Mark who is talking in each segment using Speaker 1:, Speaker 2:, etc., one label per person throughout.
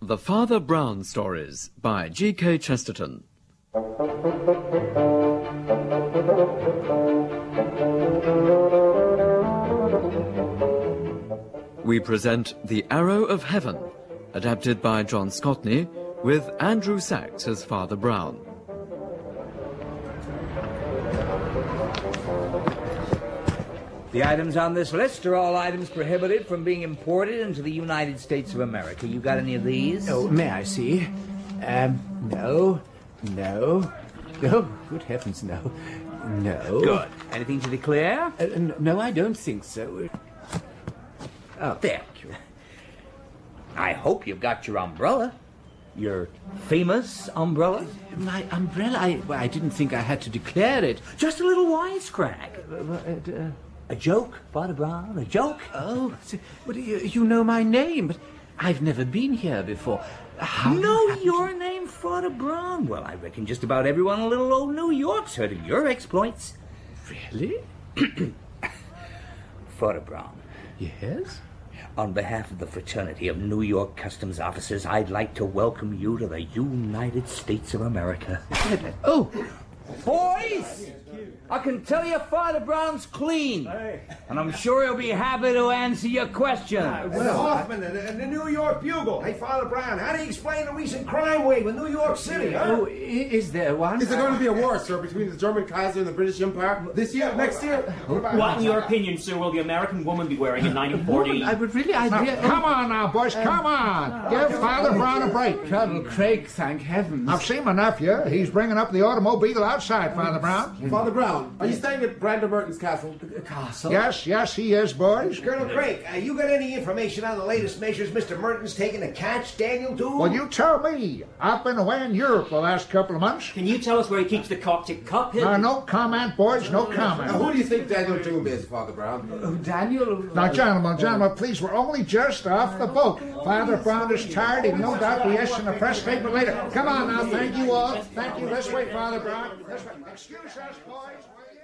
Speaker 1: The Father Brown Stories by G.K. Chesterton. We present The Arrow of Heaven, adapted by John Scotney, with Andrew Sachs as Father Brown.
Speaker 2: The items on this list are all items prohibited from being imported into the United States of America. You got any of these?
Speaker 3: Oh, may I see? Um, no, no, no. Good heavens, no, no.
Speaker 2: Good. Anything to declare?
Speaker 3: Uh, n- no, I don't think so.
Speaker 2: Thank you. I hope you've got your umbrella. Your famous umbrella.
Speaker 3: My umbrella. I, well, I didn't think I had to declare it.
Speaker 2: Just a little wisecrack.
Speaker 3: Uh, uh,
Speaker 2: A joke, Father Brown, a joke.
Speaker 3: oh, so- but you, you know my name, but I've never been here before. How you
Speaker 2: Know
Speaker 3: happen to-
Speaker 2: your name, Father Brown? Well, I reckon just about everyone in little old New York's heard of your exploits.
Speaker 3: really?
Speaker 2: Father Brown,
Speaker 3: Yes.
Speaker 2: On behalf of the fraternity of New York Customs Officers, I'd like to welcome you to the United States of America.
Speaker 3: Oh,
Speaker 2: Boys! I can tell you Father Brown's clean. And I'm sure he'll be happy to answer your questions.
Speaker 4: And Hoffman and, and the New York Bugle. Hey, Father Brown, how do you explain the recent crime wave in New York City, huh?
Speaker 3: oh, i- is there one?
Speaker 5: Is there going to be a war, sir, between the German Kaiser and the British Empire this year, next year?
Speaker 6: What, in your opinion, sir, will the American woman be wearing in 1940?
Speaker 3: I would really. I
Speaker 6: oh.
Speaker 7: Come on now, Bush, come on. Give Father Brown a break.
Speaker 3: Colonel Craig, thank heavens.
Speaker 7: I've seen enough, yeah. He's bringing up the automobile outside, Father Brown.
Speaker 5: Father Brown, are you staying at Brandon Burton's castle?
Speaker 3: uh, Castle.
Speaker 7: Yes, yes, he is, boys.
Speaker 4: Colonel Craig, uh, you got any information on the latest measures Mr. Merton's taking to catch Daniel Dool?
Speaker 7: Well, you tell me. I've been away in Europe the last couple of months.
Speaker 6: Can you tell us where he keeps the Coptic cup
Speaker 7: Now,
Speaker 6: hidden?
Speaker 7: no comment, boys, no
Speaker 5: Now,
Speaker 7: comment.
Speaker 5: who do you think Daniel Doom is, Father Brown?
Speaker 3: Oh, Daniel.
Speaker 7: Now, gentlemen, gentlemen, please, we're only just off the boat. Father Brown is tired. He'll no doubt be issuing a press statement later. Come on now, thank you all. Thank you. This way, Father Brown. This way. Excuse us, boys, will you?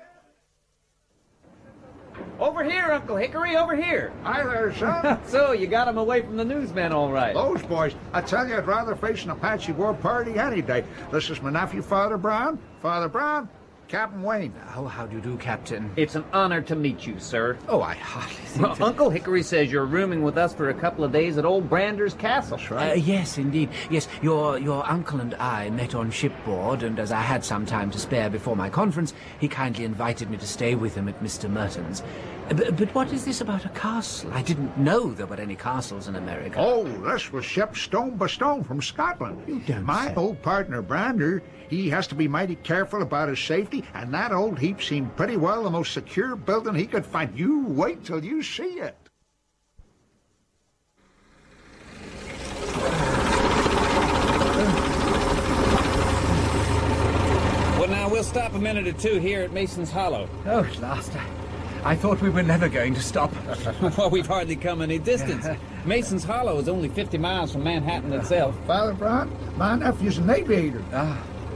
Speaker 8: Over here, Uncle Hickory, over here.
Speaker 7: Hi there, son.
Speaker 8: So, you got him away from the newsman, all right.
Speaker 7: Those boys, I tell you, I'd rather face an Apache war party any day. This is my nephew, Father Brown. Father Brown, Captain Wayne.
Speaker 3: Oh, how do you do, Captain?
Speaker 8: It's an honor to meet you, sir.
Speaker 3: Oh, I hardly think.
Speaker 8: Well, Uncle Hickory says you're rooming with us for a couple of days at old Brander's Castle. That's
Speaker 3: Uh, yes, indeed. Yes, your your uncle and I met on shipboard, and as I had some time to spare before my conference, he kindly invited me to stay with him at Mr. Merton's. Uh, But, but what is this about a castle? I didn't know there were any castles in America.
Speaker 7: Oh, this was shipped stone by stone from Scotland.
Speaker 3: You don't
Speaker 7: My
Speaker 3: say.
Speaker 7: old partner, Brander, he has to be mighty careful about his safety, and that old heap seemed pretty well the most secure building he could find. You wait till you see it.
Speaker 8: Well, now, we'll stop a minute or two here at Mason's Hollow.
Speaker 3: Oh, at last. I, I thought we were never going to stop.
Speaker 8: well, we've hardly come any distance. Mason's Hollow is only 50 miles from Manhattan itself.
Speaker 7: Father Brown, my nephew's an aviator.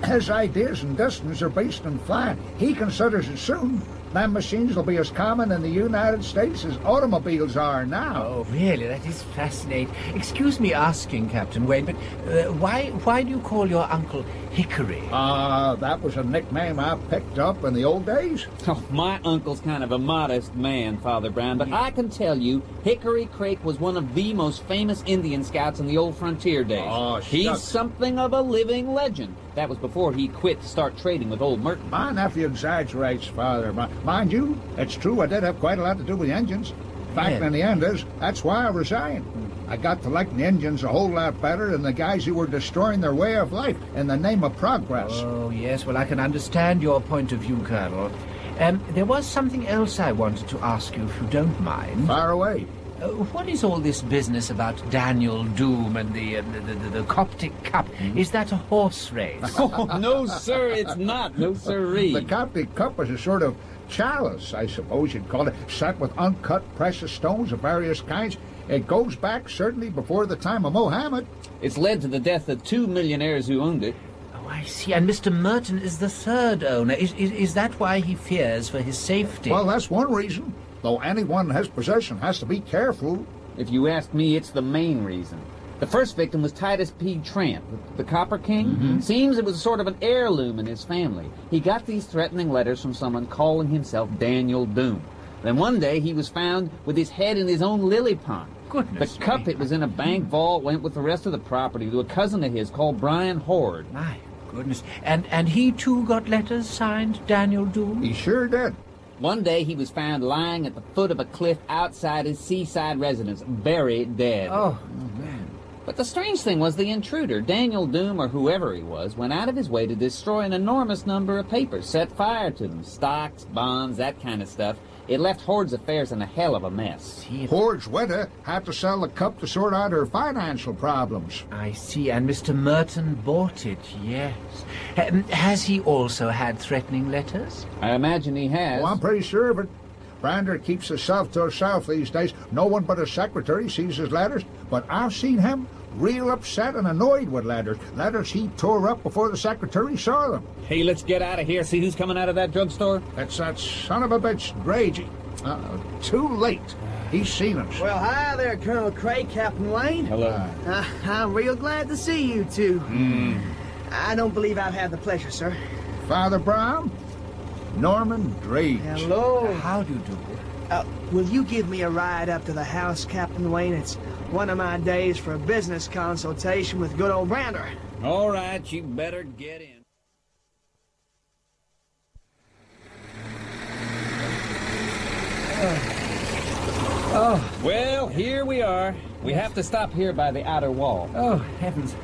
Speaker 7: His ideas and distance are based on flying. He considers it soon that machines will be as common in the United States as automobiles are now.
Speaker 3: Oh, really? That is fascinating. Excuse me asking, Captain Wayne, but uh, why why do you call your uncle Hickory?
Speaker 7: Ah, that was a nickname I picked up in the old days.
Speaker 8: Oh, my uncle's kind of a modest man, Father Brown, but I can tell you, Hickory Creek was one of the most famous Indian scouts in the old frontier days.
Speaker 7: Oh,
Speaker 8: He's
Speaker 7: shucks.
Speaker 8: something of a living legend. That was before he quit to start trading with old Merton.
Speaker 7: My nephew exaggerates, Father. Mi- Mind you, it's true I did have quite a lot to do with the engines. Fact
Speaker 3: Yeah.
Speaker 7: in the end is, that's why I resigned. I got to like the engines a whole lot better than the guys who were destroying their way of life in the name of progress.
Speaker 3: Oh, yes. Well, I can understand your point of view, Colonel. Um, there was something else I wanted to ask you, if you don't mind.
Speaker 7: Far away.
Speaker 3: Uh, what is all this business about Daniel Doom and the, uh, the, the, the, the Coptic Cup? Is that a horse race?
Speaker 8: Oh, no, sir, it's not. No,
Speaker 7: The
Speaker 8: sirree.
Speaker 7: Coptic Cup was a sort of chalice, I suppose you'd call it, set with uncut precious stones of various kinds. It goes back certainly before the time of Mohammed.
Speaker 8: It's led to the death of two millionaires who owned it.
Speaker 3: oh, I see. And Mr. Merton is the third owner. Is, is, is that why he fears for his safety?
Speaker 7: Well, that's one reason. Though anyone in his possession has to be careful.
Speaker 8: If you ask me, it's the main reason. The first victim was Titus P. Tramp, the Copper King.
Speaker 3: Mm-hmm.
Speaker 8: Seems it was sort of an heirloom in his family. He got these threatening letters from someone calling himself Daniel Doom. Then one day he was found with his head in his own lily pond.
Speaker 3: Goodness
Speaker 8: the cup
Speaker 3: me.
Speaker 8: it was in a bank vault went with the rest of the property to a cousin of his called Brian Horde.
Speaker 3: My goodness. And and he too got letters signed Daniel Doom?
Speaker 7: He sure did.
Speaker 8: One day he was found lying at the foot of a cliff outside his seaside residence, very dead.
Speaker 3: Oh,
Speaker 8: But the strange thing was the intruder, Daniel Doom or whoever he was, went out of his way to destroy an enormous number of papers, set fire to them, stocks, bonds, that kind of stuff. It left Horde's affairs in a hell of a mess.
Speaker 7: Horge Weta had to sell the cup to sort out her financial problems.
Speaker 3: I see. And Mr. Merton bought it, yes. Um, has he also had threatening letters?
Speaker 8: I imagine he has.
Speaker 7: Well, Oh, I'm pretty sure of it. Brander keeps herself to herself these days. No one but his secretary sees his letters. But I've seen him real upset and annoyed with letters. Letters he tore up before the secretary saw them.
Speaker 8: Hey, let's get out of here. See who's coming out of that drugstore?
Speaker 7: That's that son of a bitch, Grady. Uh-oh. Too late. He's seen us.
Speaker 9: Well, hi there, Colonel Craig, Captain Wayne.
Speaker 8: Hello.
Speaker 9: Uh, I'm real glad to see you two. I don't believe I've had the pleasure, sir.
Speaker 7: Father Brown, Norman Drage.
Speaker 9: Hello.
Speaker 3: How do you do?
Speaker 9: Uh, will you give me a ride up to the house, Captain Wayne? It's one of my days for a business consultation with good old Brander.
Speaker 8: All right, you better get in. Oh. Well, here we are. We have to stop here by the outer wall.
Speaker 3: Oh, heavens.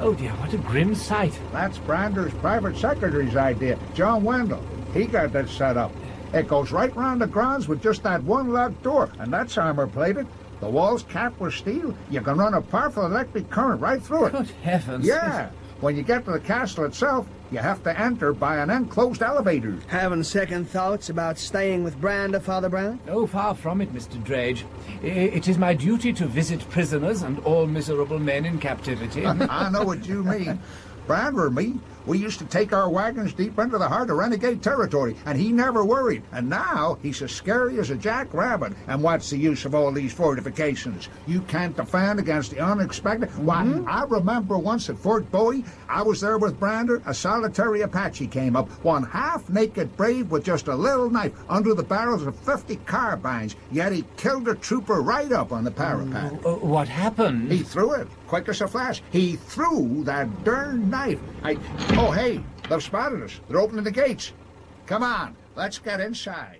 Speaker 3: Oh, dear, what a grim sight.
Speaker 7: That's Brander's private secretary's idea, John Wendell. He got that set up. It goes right round the grounds with just that one locked door, and that's armor plated. The wall's capped with steel. You can run a powerful electric current right through it.
Speaker 3: Good heavens.
Speaker 7: Yeah. When you get to the castle itself, you have to enter by an enclosed elevator.
Speaker 9: Having second thoughts about staying with Brander, Father Brown?
Speaker 3: Oh, far from it, Mr. Drage. I- It is my duty to visit prisoners and all miserable men in captivity.
Speaker 7: I know what you mean. Brander and me, we used to take our wagons deep into the heart of renegade territory, and he never worried. And now he's as scary as a jackrabbit. And what's the use of all these fortifications? You can't defend against the unexpected. Why, I remember once at Fort Bowie, I was there with Brander. A solitary Apache came up, one half naked brave with just a little knife under the barrels of 50 carbines, yet he killed a trooper right up on the parapet.
Speaker 3: Oh, what happened?
Speaker 7: He threw it, quick as a flash. He threw that darn knife. I. Oh, hey, they've spotted us. They're opening the gates. Come on, let's get inside.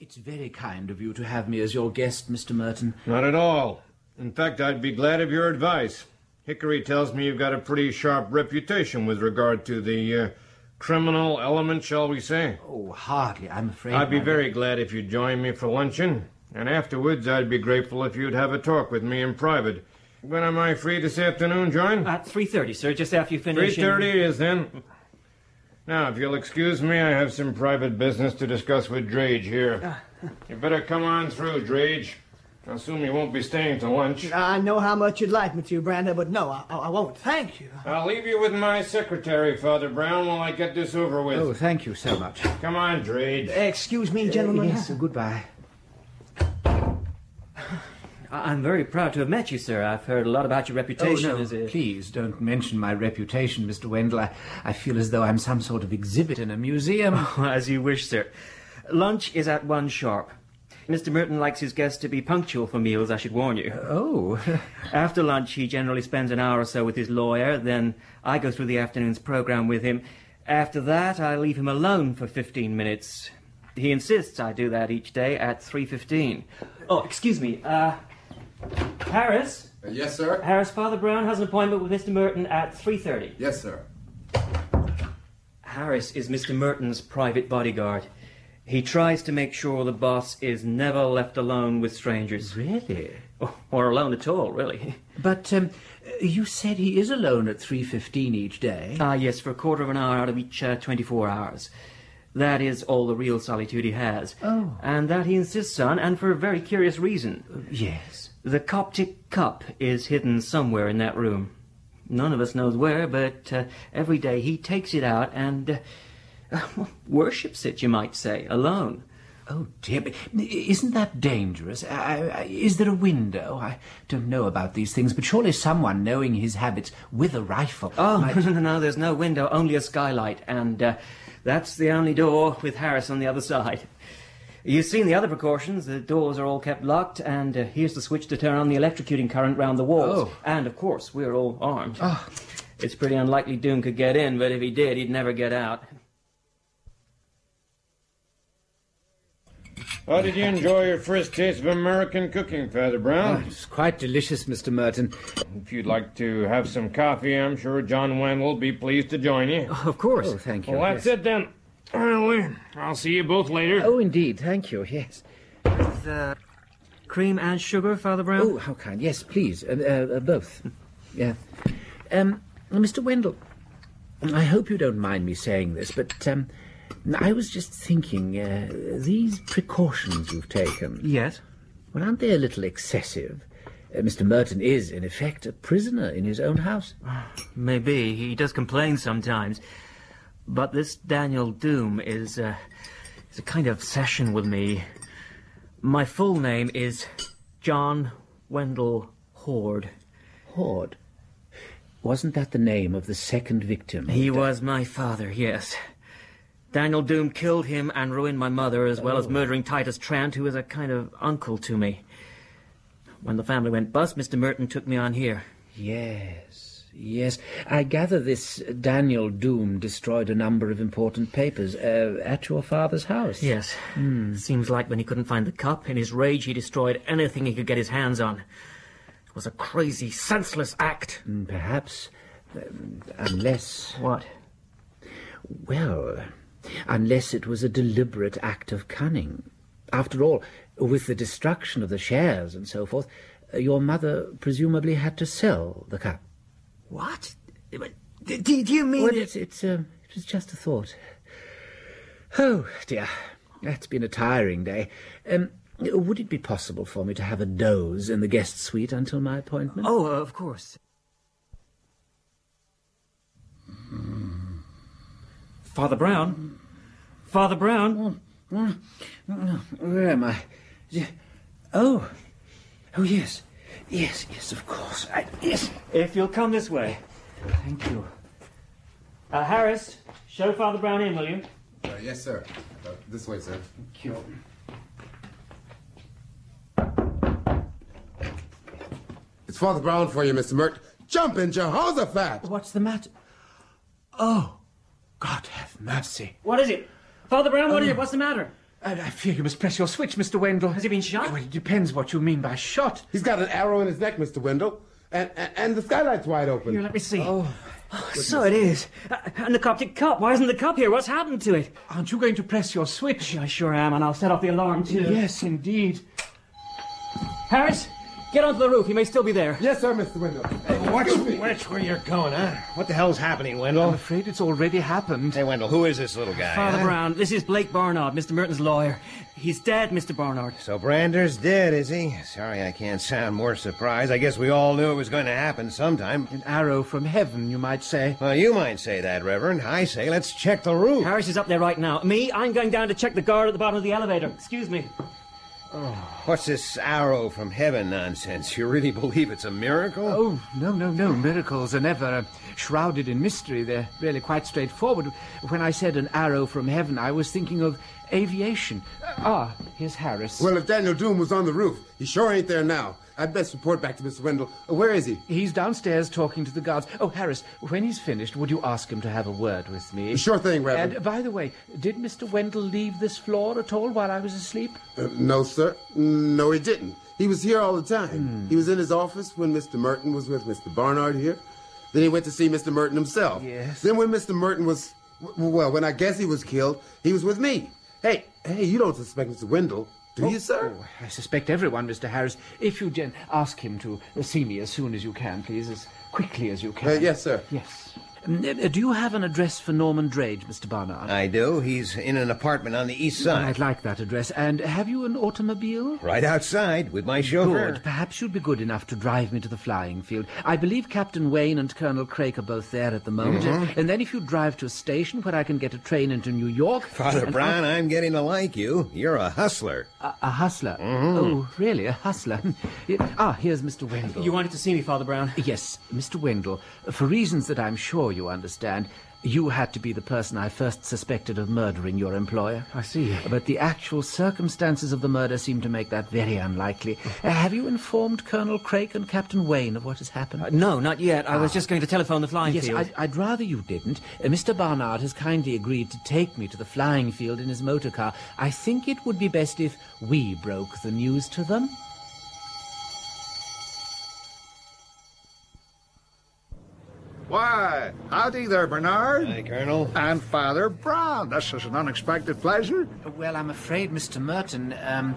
Speaker 3: It's very kind of you to have me as your guest, Mr. Merton.
Speaker 10: Not at all. In fact, I'd be glad of your advice. Hickory tells me you've got a pretty sharp reputation with regard to the uh, criminal element, shall we say.
Speaker 3: Oh, hardly, I'm afraid.
Speaker 10: I'd be
Speaker 3: my-
Speaker 10: very glad if you'd join me for luncheon, and afterwards I'd be grateful if you'd have a talk with me in private. When am I free this afternoon, John?
Speaker 6: At 3.30, sir, just after you finish. and-
Speaker 10: 3.30 it is then. Now, if you'll excuse me, I have some private business to discuss with Drage here.
Speaker 6: Ah.
Speaker 10: You better come on through, Drage. I assume you won't be staying to lunch.
Speaker 9: I know how much you'd like me to, Brander, but no, I, I I won't. Thank you.
Speaker 10: I'll leave you with my secretary, Father Brown, while I get this over with.
Speaker 3: Oh, thank you so much.
Speaker 10: Come on, Drage.
Speaker 6: Eh,
Speaker 9: Excuse me, gentlemen.
Speaker 3: Yes, goodbye.
Speaker 6: I- I'm very proud to have met you, sir. I've heard a lot about your
Speaker 3: Oh,
Speaker 6: reputation
Speaker 3: no,
Speaker 6: as a...
Speaker 3: please don't mention my reputation, Mr. Wendell. I, I feel as though I'm some sort of exhibit in a museum.
Speaker 6: As you wish, sir. Lunch is at one sharp. Mr. Merton likes his guests to be punctual for meals, I should warn you.
Speaker 3: Oh,
Speaker 6: After lunch, he generally spends an hour or so with his lawyer. Then I go through the afternoon's program with him. After that, I leave him alone for 15 minutes. He insists I do that each day at 3.15. Oh, excuse me. Uh, Harris?
Speaker 10: Uh, Yes, sir.
Speaker 6: Harris, Father Brown has an appointment with Mr. Merton at 3.30.
Speaker 10: Yes, sir.
Speaker 6: Harris is Mr. Merton's private bodyguard. He tries to make sure the boss is never left alone with strangers. Oh,
Speaker 3: really?
Speaker 6: Or alone at all, really.
Speaker 3: But um, you said he is alone at 3.15 each day.
Speaker 6: Ah, yes, for a quarter of an hour out of each uh, 24 hours. That is all the real solitude he has.
Speaker 3: Oh. Uh,
Speaker 6: And that he insists on, and for a very curious reason.
Speaker 3: yes.
Speaker 6: The Coptic cup is hidden somewhere in that room. None of us knows where, but uh, every day he takes it out and uh, worships it, you might say, alone.
Speaker 3: Oh dear, but isn't that dangerous? I, I, is there a window? I don't know about these things, but surely someone knowing his habits with a rifle.
Speaker 6: Oh, no, no, there's no window, only a skylight, and uh, that's the only door with Harris on the other side. You've seen the other precautions. The doors are all kept locked, and uh, here's the switch to turn on the electrocuting current round the walls.
Speaker 3: Oh.
Speaker 6: And, of course, we're all armed. It's pretty unlikely Doom could get in, but if he did, he'd never get out.
Speaker 10: How did you enjoy your first taste of American cooking, Father Brown?
Speaker 3: Oh, It's quite delicious, Mr. Merton.
Speaker 10: If you'd like to have some coffee, I'm sure John Wayne will be pleased to join you.
Speaker 3: Of course. Oh, thank you.
Speaker 10: Well, that's
Speaker 3: yes.
Speaker 10: it then. Well, I'll see you both later.
Speaker 3: Oh, indeed. Thank you. Yes.
Speaker 6: uh, Cream and sugar, Father Brown?
Speaker 3: Oh, how kind. Yes, please. Uh, uh, uh, both. Yeah. Um, Mr. Wendell, I hope you don't mind me saying this, but um, I was just thinking uh, these precautions you've taken.
Speaker 6: Yes.
Speaker 3: Well, aren't they a little excessive? Uh, Mr. Merton is, in effect, a prisoner in his own house.
Speaker 6: Maybe. He does complain sometimes. But this Daniel Doom is, uh, is a kind of obsession with me. My full name is John Wendell Horde.
Speaker 3: Horde. Wasn't that the name of the second victim?
Speaker 6: He was my father, yes. Daniel Doom killed him and ruined my mother, as well as murdering Titus Trant, who was a kind of uncle to me. When the family went bust, Mr. Merton took me on here.
Speaker 3: Yes, yes. I gather this Daniel Doom destroyed a number of important papers uh, at your father's house.
Speaker 6: Yes. Seems like when he couldn't find the cup, in his rage he destroyed anything he could get his hands on. It was a crazy, senseless act.
Speaker 3: Mm, Perhaps, um, unless,
Speaker 6: What?
Speaker 3: well, unless it was a deliberate act of cunning. After all, with the destruction of the shares and so forth, uh, your mother presumably had to sell the cup.
Speaker 6: What? Do, do you mean
Speaker 3: Well, it's, it's, um, it was just a thought. Oh, dear. That's been a tiring day. Um, would it be possible for me to have a doze in the guest suite until my appointment?
Speaker 6: Oh, of course. Father Brown? Father Brown?
Speaker 3: Where am I? Yeah. Oh. Oh, yes. Yes, yes, of course. I, yes.
Speaker 6: If you'll come this way.
Speaker 3: Thank you.
Speaker 6: Uh, Harris, show Father Brown in, will you?
Speaker 5: Uh, yes, sir. this way, sir.
Speaker 3: Thank you.
Speaker 5: It's Father Brown for you, Mr. Mert. Jumping Jehoshaphat!
Speaker 3: What's the matter? Oh, God have mercy.
Speaker 6: What is it? Father Brown, what is it? What's the matter?
Speaker 3: Um, I, I fear you must press your switch, Mr. Wendell.
Speaker 6: Has he been shot?
Speaker 3: Well, it depends what you mean by shot.
Speaker 5: He's got an arrow in his neck, Mr. Wendell. And, and, and the skylight's wide open.
Speaker 6: Here, let me see. Oh, so it is. Uh, and the Coptic cup. Why isn't the cup here? What's happened to it?
Speaker 3: Aren't you going to press your switch?
Speaker 6: I sure am, and I'll set off the alarm, too.
Speaker 3: Yes, indeed.
Speaker 6: Harris, get onto the roof. He may still be there.
Speaker 5: Yes, sir, Mr. Wendell.
Speaker 11: Watch, watch where you're going, huh? What the hell's happening, Wendell?
Speaker 3: afraid it's already happened.
Speaker 11: Hey, Wendell, who is this little guy?
Speaker 6: Father
Speaker 11: huh?
Speaker 6: Brown, this is Blake Barnard, Mr. Merton's lawyer. He's dead, Mr. Barnard.
Speaker 11: So Brander's dead, is he? Sorry, I can't sound more surprised. I guess we all knew it was going to happen sometime.
Speaker 3: An arrow from heaven, you might say.
Speaker 11: Well, you might say that, Reverend. I say let's check the roof.
Speaker 6: Harris is up there right now. Me, I'm going down to check the guard at the bottom of the elevator. Excuse me.
Speaker 11: What's this arrow from heaven nonsense? You really believe it's a miracle?
Speaker 3: Oh, no, no, no. Miracles are never uh, shrouded in mystery. They're really quite straightforward. When I said an arrow from heaven, I was thinking of aviation. Uh, ah, here's Harris.
Speaker 5: Well, uh, if Daniel Doom was on the roof, he sure ain't there now. I'd best report back to Mr. Wendell. Uh, Where is he?
Speaker 3: He's downstairs talking to the guards. Oh, Harris, when he's finished, would you ask him to have a word with me?
Speaker 5: Sure thing, Reverend.
Speaker 3: And by the way, did Mr. Wendell leave this floor at all while I was asleep?
Speaker 5: Uh, no, sir. No, he didn't. He was here all the
Speaker 3: Hmm.
Speaker 5: time. He was in his office when Mr. Merton was with Mr. Barnard here. Then he went to see Mr. Merton himself.
Speaker 3: Yes.
Speaker 5: Then when Mr. Merton was, w- well, when I guess he was killed, he was with me. Hey, hey, you don't suspect Mr. Wendell, do you, sir?
Speaker 3: Oh, I suspect everyone, Mr. Harris. If you gen- ask him to uh, see me as soon as you can, please, as quickly as you can.
Speaker 5: Uh, yes, sir.
Speaker 3: Yes. Mm, uh, Do you have an address for Norman Drage, Mr. Barnard?
Speaker 4: I do. He's in an apartment on the east side.
Speaker 3: I'd like that address. And have you an automobile?
Speaker 4: Right outside with my chauffeur.
Speaker 3: Good. Perhaps you'd be good enough to drive me to the flying field. I believe Captain Wayne and Colonel Craik are both there at the moment.
Speaker 4: Mhm.
Speaker 3: And then if you drive to a station where I can get a train into New York.
Speaker 4: Father
Speaker 3: and
Speaker 4: Brown,
Speaker 3: I-
Speaker 4: I'm getting to like you. You're a hustler. Mm-hmm.
Speaker 3: A, a hustler. Oh, really, a hustler. Yeah, ah, here's Mr. Wendell. You wanted to see me, Father Brown? Yes, Mr. Wendell. For reasons that I'm sure you understand, you had to be the person I first suspected of murdering your employer. I see. But the actual circumstances of the murder seem to make that very unlikely. Uh, have you informed Colonel Craik and Captain Wayne of what has happened? Ah.
Speaker 6: no, not yet. I was just going to telephone the flying
Speaker 3: yes,
Speaker 6: field.
Speaker 3: I'd, I'd rather you didn't. Uh, Mr. Barnard has kindly agreed to take me to the flying field in his motor car. I think it would be best if we broke the news to them.
Speaker 7: Why, howdy there, Bernard.
Speaker 4: Hi, Colonel.
Speaker 7: And Father Brown. This is an unexpected pleasure.
Speaker 3: Well, I'm afraid Mr. Merton um,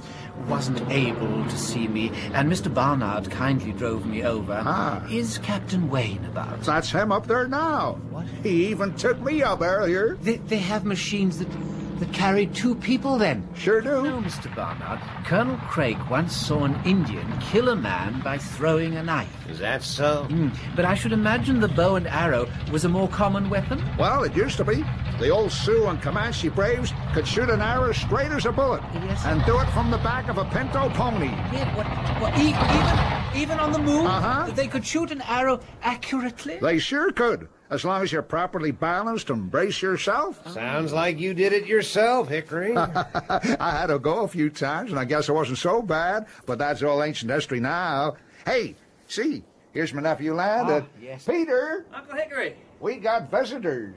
Speaker 3: wasn't able to see me, and Mr. Barnard kindly drove me over. Ah. Is Captain Wayne about?
Speaker 7: That's him up there now. What? He even took me up earlier.
Speaker 3: They, they have machines that that carry two people, then?
Speaker 7: Sure do.
Speaker 3: No, Mr. Barnard. Colonel Craig once saw an Indian kill a man by throwing a knife. Mm.
Speaker 4: Is that so?
Speaker 3: But I should imagine the bow and arrow was a more common weapon.
Speaker 7: Well, it used to be. The old Sioux and Comanche braves could shoot an arrow straight as a bullet.
Speaker 3: Yes.
Speaker 7: And do it from the back of a pinto pony.
Speaker 3: Yeah, what, what, e- even, even on the moon, uh-huh. they could shoot an arrow accurately.
Speaker 7: They sure could, as long as you're properly balanced and brace yourself.
Speaker 4: Sounds like you did it yourself, Hickory.
Speaker 7: I had to go a few times, and I guess it wasn't so bad, but that's all ancient history now. Hey, see, here's my nephew lad.
Speaker 3: Oh,
Speaker 7: uh, Peter,
Speaker 2: Uncle Hickory,
Speaker 7: we got visitors.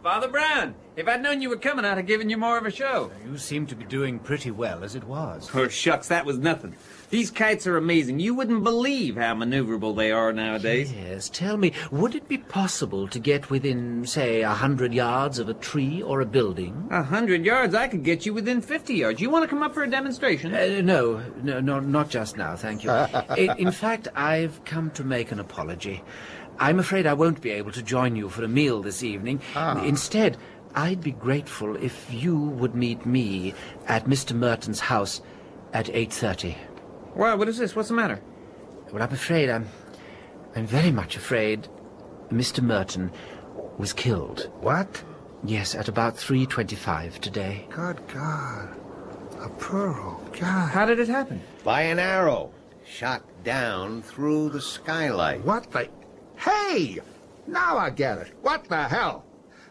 Speaker 2: Father Brown. If I'd known you were coming, I'd have given you more of a show.
Speaker 3: You seem to be doing pretty well as it was.
Speaker 12: Oh, shucks, that was nothing. These kites are amazing. You wouldn't believe how maneuverable they are nowadays.
Speaker 3: Yes, tell me, would it be possible to get within, say, a hundred yards of a tree or a building?
Speaker 12: A hundred yards, I could get you within 50 yards. You want to come up for a demonstration?
Speaker 3: Uh, no, no, no, not just now, thank you. in, in fact, I've come to make an apology. I'm afraid I won't be able to join you for a meal this evening.
Speaker 7: Ah.
Speaker 3: Instead, I'd be grateful if you would meet me at Mr. Merton's house at 8.30.
Speaker 12: Why, what is this? What's the matter?
Speaker 3: Well, I'm afraid, I'm, I'm very much afraid Mr. Merton was killed.
Speaker 7: What?
Speaker 3: Yes, at about 3.25 today.
Speaker 7: Good God. A pearl. God.
Speaker 12: How did it happen?
Speaker 4: By an arrow. Shot down through the skylight.
Speaker 7: What the? Hey! Now I get it. What the hell?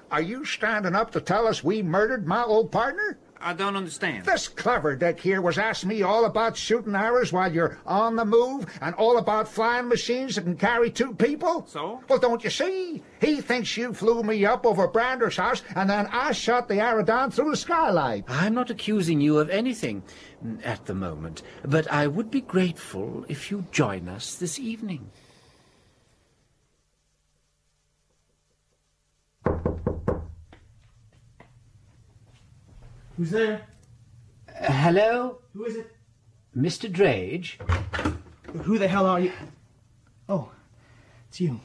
Speaker 7: Are you standing up to tell us we murdered my old partner?
Speaker 12: I don't understand.
Speaker 7: This clever dick here was asking me all about shooting arrows while you're on the move and all about flying machines that can carry two people? So? Well, don't you see? He thinks you flew me up over Brander's house and then I shot the arrow down through the skylight.
Speaker 3: I'm not accusing you of anything mm, at the moment, but I would be grateful if you join us this evening.
Speaker 2: Who's there?
Speaker 3: Uh, hello?
Speaker 2: Who is it?
Speaker 3: Mr. Drage?
Speaker 9: Who the hell are you? Oh, it's you.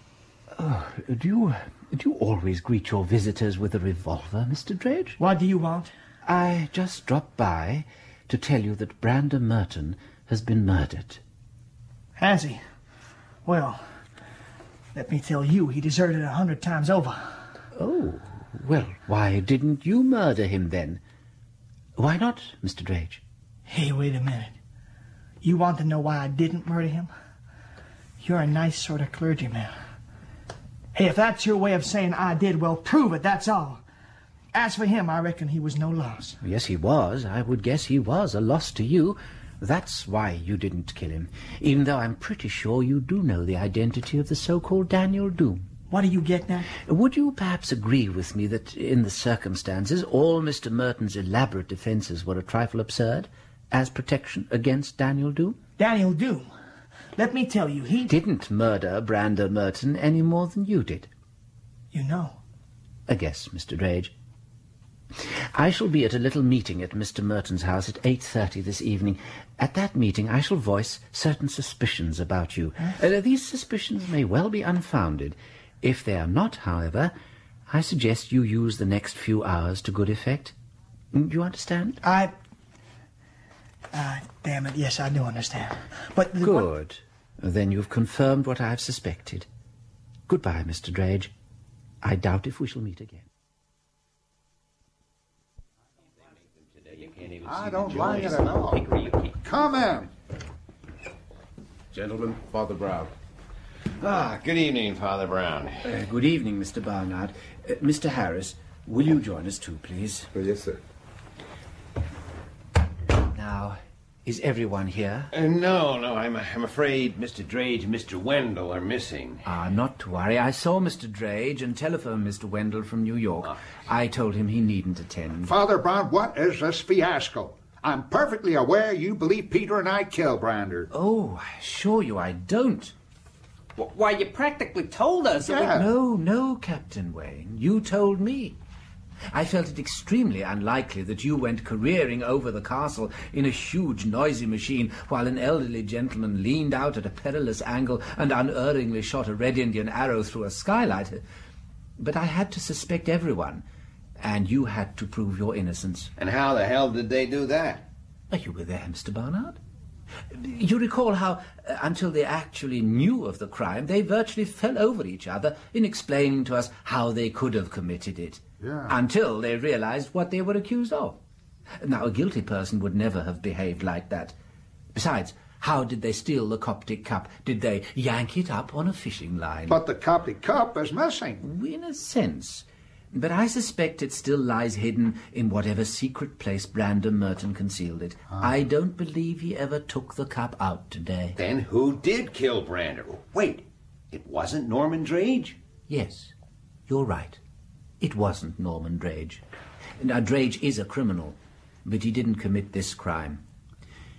Speaker 3: Oh, do you do you always greet your visitors with a revolver, Mr. Drage?
Speaker 9: What do you want?
Speaker 3: I just dropped by to tell you that Brander Merton has been murdered.
Speaker 9: Has he? Well, let me tell you, he deserted a hundred times over.
Speaker 3: Oh. Well, why didn't you murder him then? Why not, Mr. Drage?
Speaker 9: Hey, wait a minute. You want to know why I didn't murder him? You're a nice sort of clergyman. Hey, if that's your way of saying I did, well, prove it, that's all. As for him, I reckon he was no loss.
Speaker 3: Yes, he was. I would guess he was a loss to you. That's why you didn't kill him, even though I'm pretty sure you do know the identity of the so-called Daniel Doom.
Speaker 9: What do you get now?
Speaker 3: Would you perhaps agree with me that, in the circumstances, all Mr. Merton's elaborate defences were a trifle absurd as protection against Daniel Doom?
Speaker 9: Daniel Doom? Let me tell you, he
Speaker 3: didn't murder Brander Merton any more than you did.
Speaker 9: You know.
Speaker 3: A guess, Mr. Drage. I shall be at a little meeting at Mr. Merton's house at 8.30 this evening. At that meeting I shall voice certain suspicions about you. Uh, these suspicions may well be unfounded, If they are not, however, I suggest you use the next few hours to good effect. Do Mm, you understand?
Speaker 9: I. Uh, damn it, yes, I do understand. But the one-
Speaker 3: Good. Then you've confirmed what I have suspected. Goodbye, Mr. Drage. I doubt if we shall meet again.
Speaker 7: I don't like it at all.
Speaker 13: Come in.
Speaker 5: Gentlemen, Father Brown.
Speaker 10: Ah, good evening, Father Brown.
Speaker 3: Uh, good evening, Mr. Barnard. Uh, Mr. Harris, will you join us too, please?
Speaker 5: Oh, yes, sir.
Speaker 3: Now, is everyone here?
Speaker 10: Uh, no, no, I'm, I'm afraid Mr. Drage and Mr. Wendell are missing.
Speaker 3: Ah, not to worry. I saw Mr. Drage and telephoned Mr. Wendell from New York. I told him he needn't attend.
Speaker 13: Father Brown, what is this fiasco? I'm perfectly aware you believe Peter and I killed Brander.
Speaker 3: Oh, I assure you I don't.
Speaker 12: Why, you practically told us. that we-
Speaker 3: No, no, Captain Wayne. You told me. I felt it extremely unlikely that you went careering over the castle in a huge, noisy machine while an elderly gentleman leaned out at a perilous angle and unerringly shot a red Indian arrow through a skylight. But I had to suspect everyone, and you had to prove your innocence.
Speaker 4: And how the hell did they do that?
Speaker 3: You were there, Mr. Barnard. You recall how, uh, until they actually knew of the crime, they virtually fell over each other in explaining to us how they could have committed it.
Speaker 13: Yeah.
Speaker 3: Until they realized what they were accused of. Now, a guilty person would never have behaved like that. Besides, how did they steal the Coptic cup? Did they yank it up on a fishing line?
Speaker 13: But the Coptic cup is missing.
Speaker 3: In a sense. But I suspect it still lies hidden in whatever secret place Brandon Merton concealed it.
Speaker 13: Ah.
Speaker 3: I don't believe he ever took the cup out today.
Speaker 4: Then who did kill Brander? Wait, it wasn't Norman Drage?
Speaker 3: Yes, you're right. It wasn't Norman Drage. Now, Drage is a criminal, but he didn't commit this crime.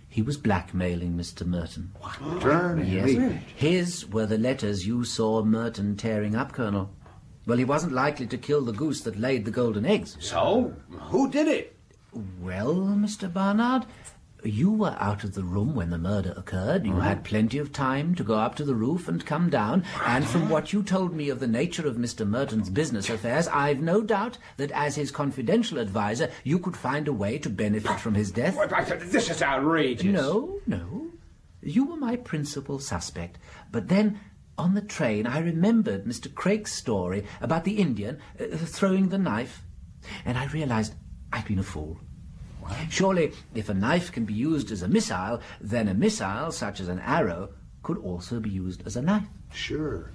Speaker 3: He was blackmailing Mr. Merton. What?
Speaker 13: Turn
Speaker 3: Yes. His were the letters you saw Merton tearing up, Colonel. Well, he wasn't likely to kill the goose that laid the golden eggs.
Speaker 4: So, who did it?
Speaker 3: Well, Mr. Barnard, you were out of the room when the murder occurred. You had plenty of time to go up to the roof and come down. And from what you told me of the nature of Mr. Merton's business affairs, I've no doubt that as his confidential adviser, you could find a way to benefit from his death.
Speaker 10: This is outrageous.
Speaker 3: No, no. You were my principal suspect. But then, on the train, I remembered Mr. Craig's story about the Indian uh, throwing the knife, and I realized I'd been a fool. Surely, if a knife can be used as a missile, then a missile, such as an arrow, could also be used as a knife.
Speaker 13: Sure.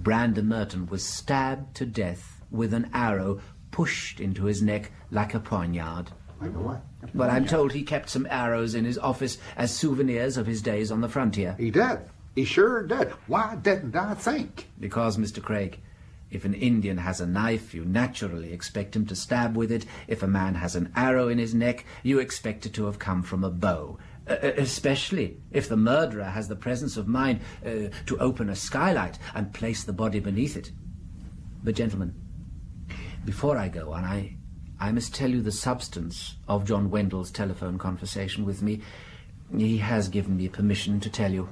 Speaker 3: Brandon Merton was stabbed to death with an arrow pushed into his neck like a poignard.
Speaker 13: Like a what?
Speaker 3: But I'm told he kept some arrows in his office as souvenirs of his days on the frontier.
Speaker 13: He did. He sure did. Why didn't I think?
Speaker 3: Because, Mr. Craig, if an Indian has a knife, you naturally expect him to stab with it. If a man has an arrow in his neck, you expect it to have come from a bow. Uh, uh, especially if the murderer has the presence of mind uh, to open a skylight and place the body beneath it. But, gentlemen, before I go on, I, I must tell you the substance of John Wendell's telephone conversation with me. He has given me permission to tell you.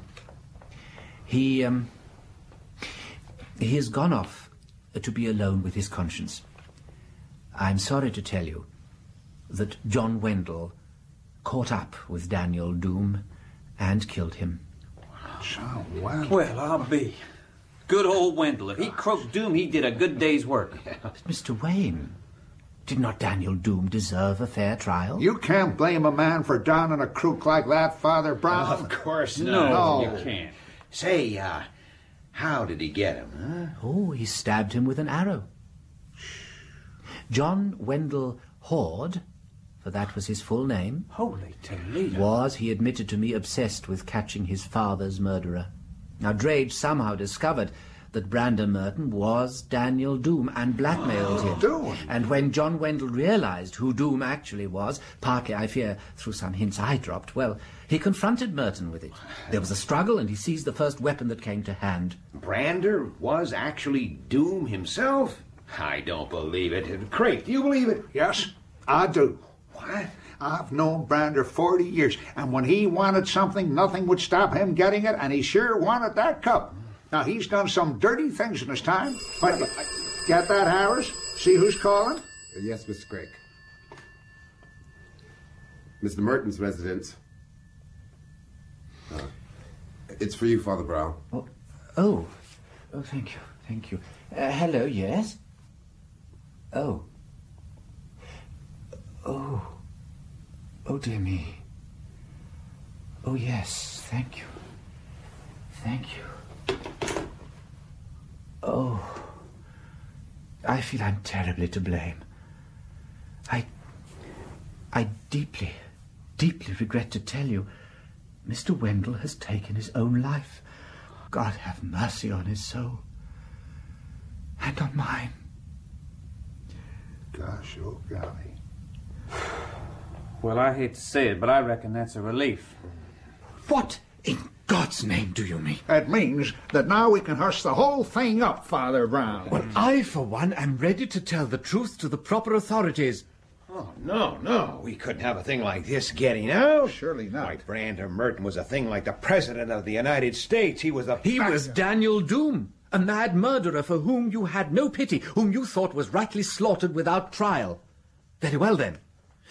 Speaker 3: He, um, he has gone off to be alone with his conscience. I'm sorry to tell you that John Wendell caught up with Daniel Doom and killed him.
Speaker 7: Oh,
Speaker 14: Well, I'll be. Good old Wendell. If he croaked doom, he did a good day's work.
Speaker 3: Mr. Wayne, did not Daniel Doom deserve a fair trial?
Speaker 13: You can't blame a man for downing a crook like that, Father Brown.
Speaker 4: Of course
Speaker 13: No.
Speaker 4: not. Say, uh, how did he get him, huh?
Speaker 3: Oh, he stabbed him with an arrow. John Wendell Horde, for that was his full name,
Speaker 14: Holy Toledo.
Speaker 3: was, he admitted to me, obsessed with catching his father's murderer. Now, Drage somehow discovered that Brandon Merton was Daniel Doom and blackmailed him. Doom. And when John Wendell realized who Doom actually was, partly, I fear, through some hints I dropped, well, he confronted Merton with it. There was a struggle, and he seized the first weapon that came to hand.
Speaker 4: Brander was actually Doom himself? I don't believe it. Craig, do you believe it?
Speaker 13: Yes, I do. What? I've known Brander 40 years, and when he wanted something, nothing would stop him getting it, and he sure wanted that cup.
Speaker 7: Now, he's done some dirty things in his time. But, get that, Harris? See who's calling?
Speaker 5: Uh, Yes, Mr. Craig. Mr. Merton's residence. Uh, it's for you, Father Brown.
Speaker 3: Oh, oh, thank you, thank you. Uh, hello, yes. Oh. Oh. Oh dear me. Oh yes, thank you, thank you. Oh. I feel I'm terribly to blame. I. I deeply, deeply regret to tell you, Mr. Wendell has taken his own life. God have mercy on his soul. And on mine.
Speaker 7: Gosh, oh golly.
Speaker 14: Well, I hate to say it, but I reckon that's a relief.
Speaker 7: What in God's name do you mean? That means that now we can hush the whole thing up, Father Brown. Well,
Speaker 3: I, for one, am ready to tell the truth to the proper authorities.
Speaker 4: Oh, no, no. We couldn't have a thing like this getting out.
Speaker 7: Surely not.
Speaker 4: Why, Brander Merton was a thing like the President of the United States. He was a.
Speaker 3: He was Daniel Doom, a mad murderer for whom you had no pity, whom you thought was rightly slaughtered without trial. Very well, then.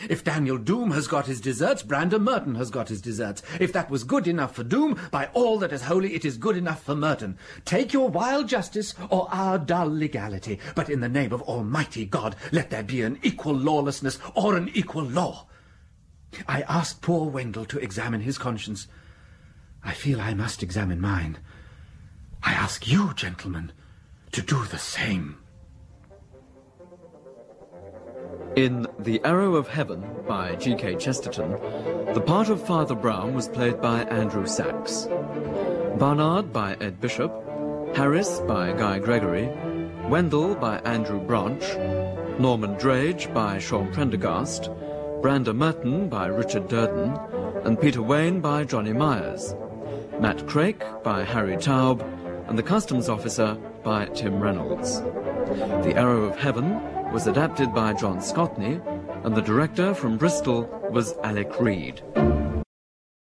Speaker 3: If Daniel Doom has got his deserts, Brander Merton has got his deserts. If that was good enough for Doom, by all that is holy, it is good enough for Merton. Take your wild justice or our dull legality, but in the name of Almighty God, let there be an equal lawlessness or an equal law. I asked poor Wendell to examine his conscience. I feel I must examine mine. I ask you, gentlemen, to do the same.
Speaker 1: In The Arrow of Heaven by G.K. Chesterton, the part of Father Brown was played by Andrew Sachs, Barnard by Ed Bishop, Harris by Guy Gregory, Wendell by Andrew Branch, Norman Drage by Sean Prendergast, Brander Merton by Richard Durden, and Peter Wayne by Johnny Myers, Matt Craik by Harry Taub, and the Customs Officer by Tim Reynolds. The Arrow of Heaven was adapted by John Scotney, and the director from Bristol was Alec Reed.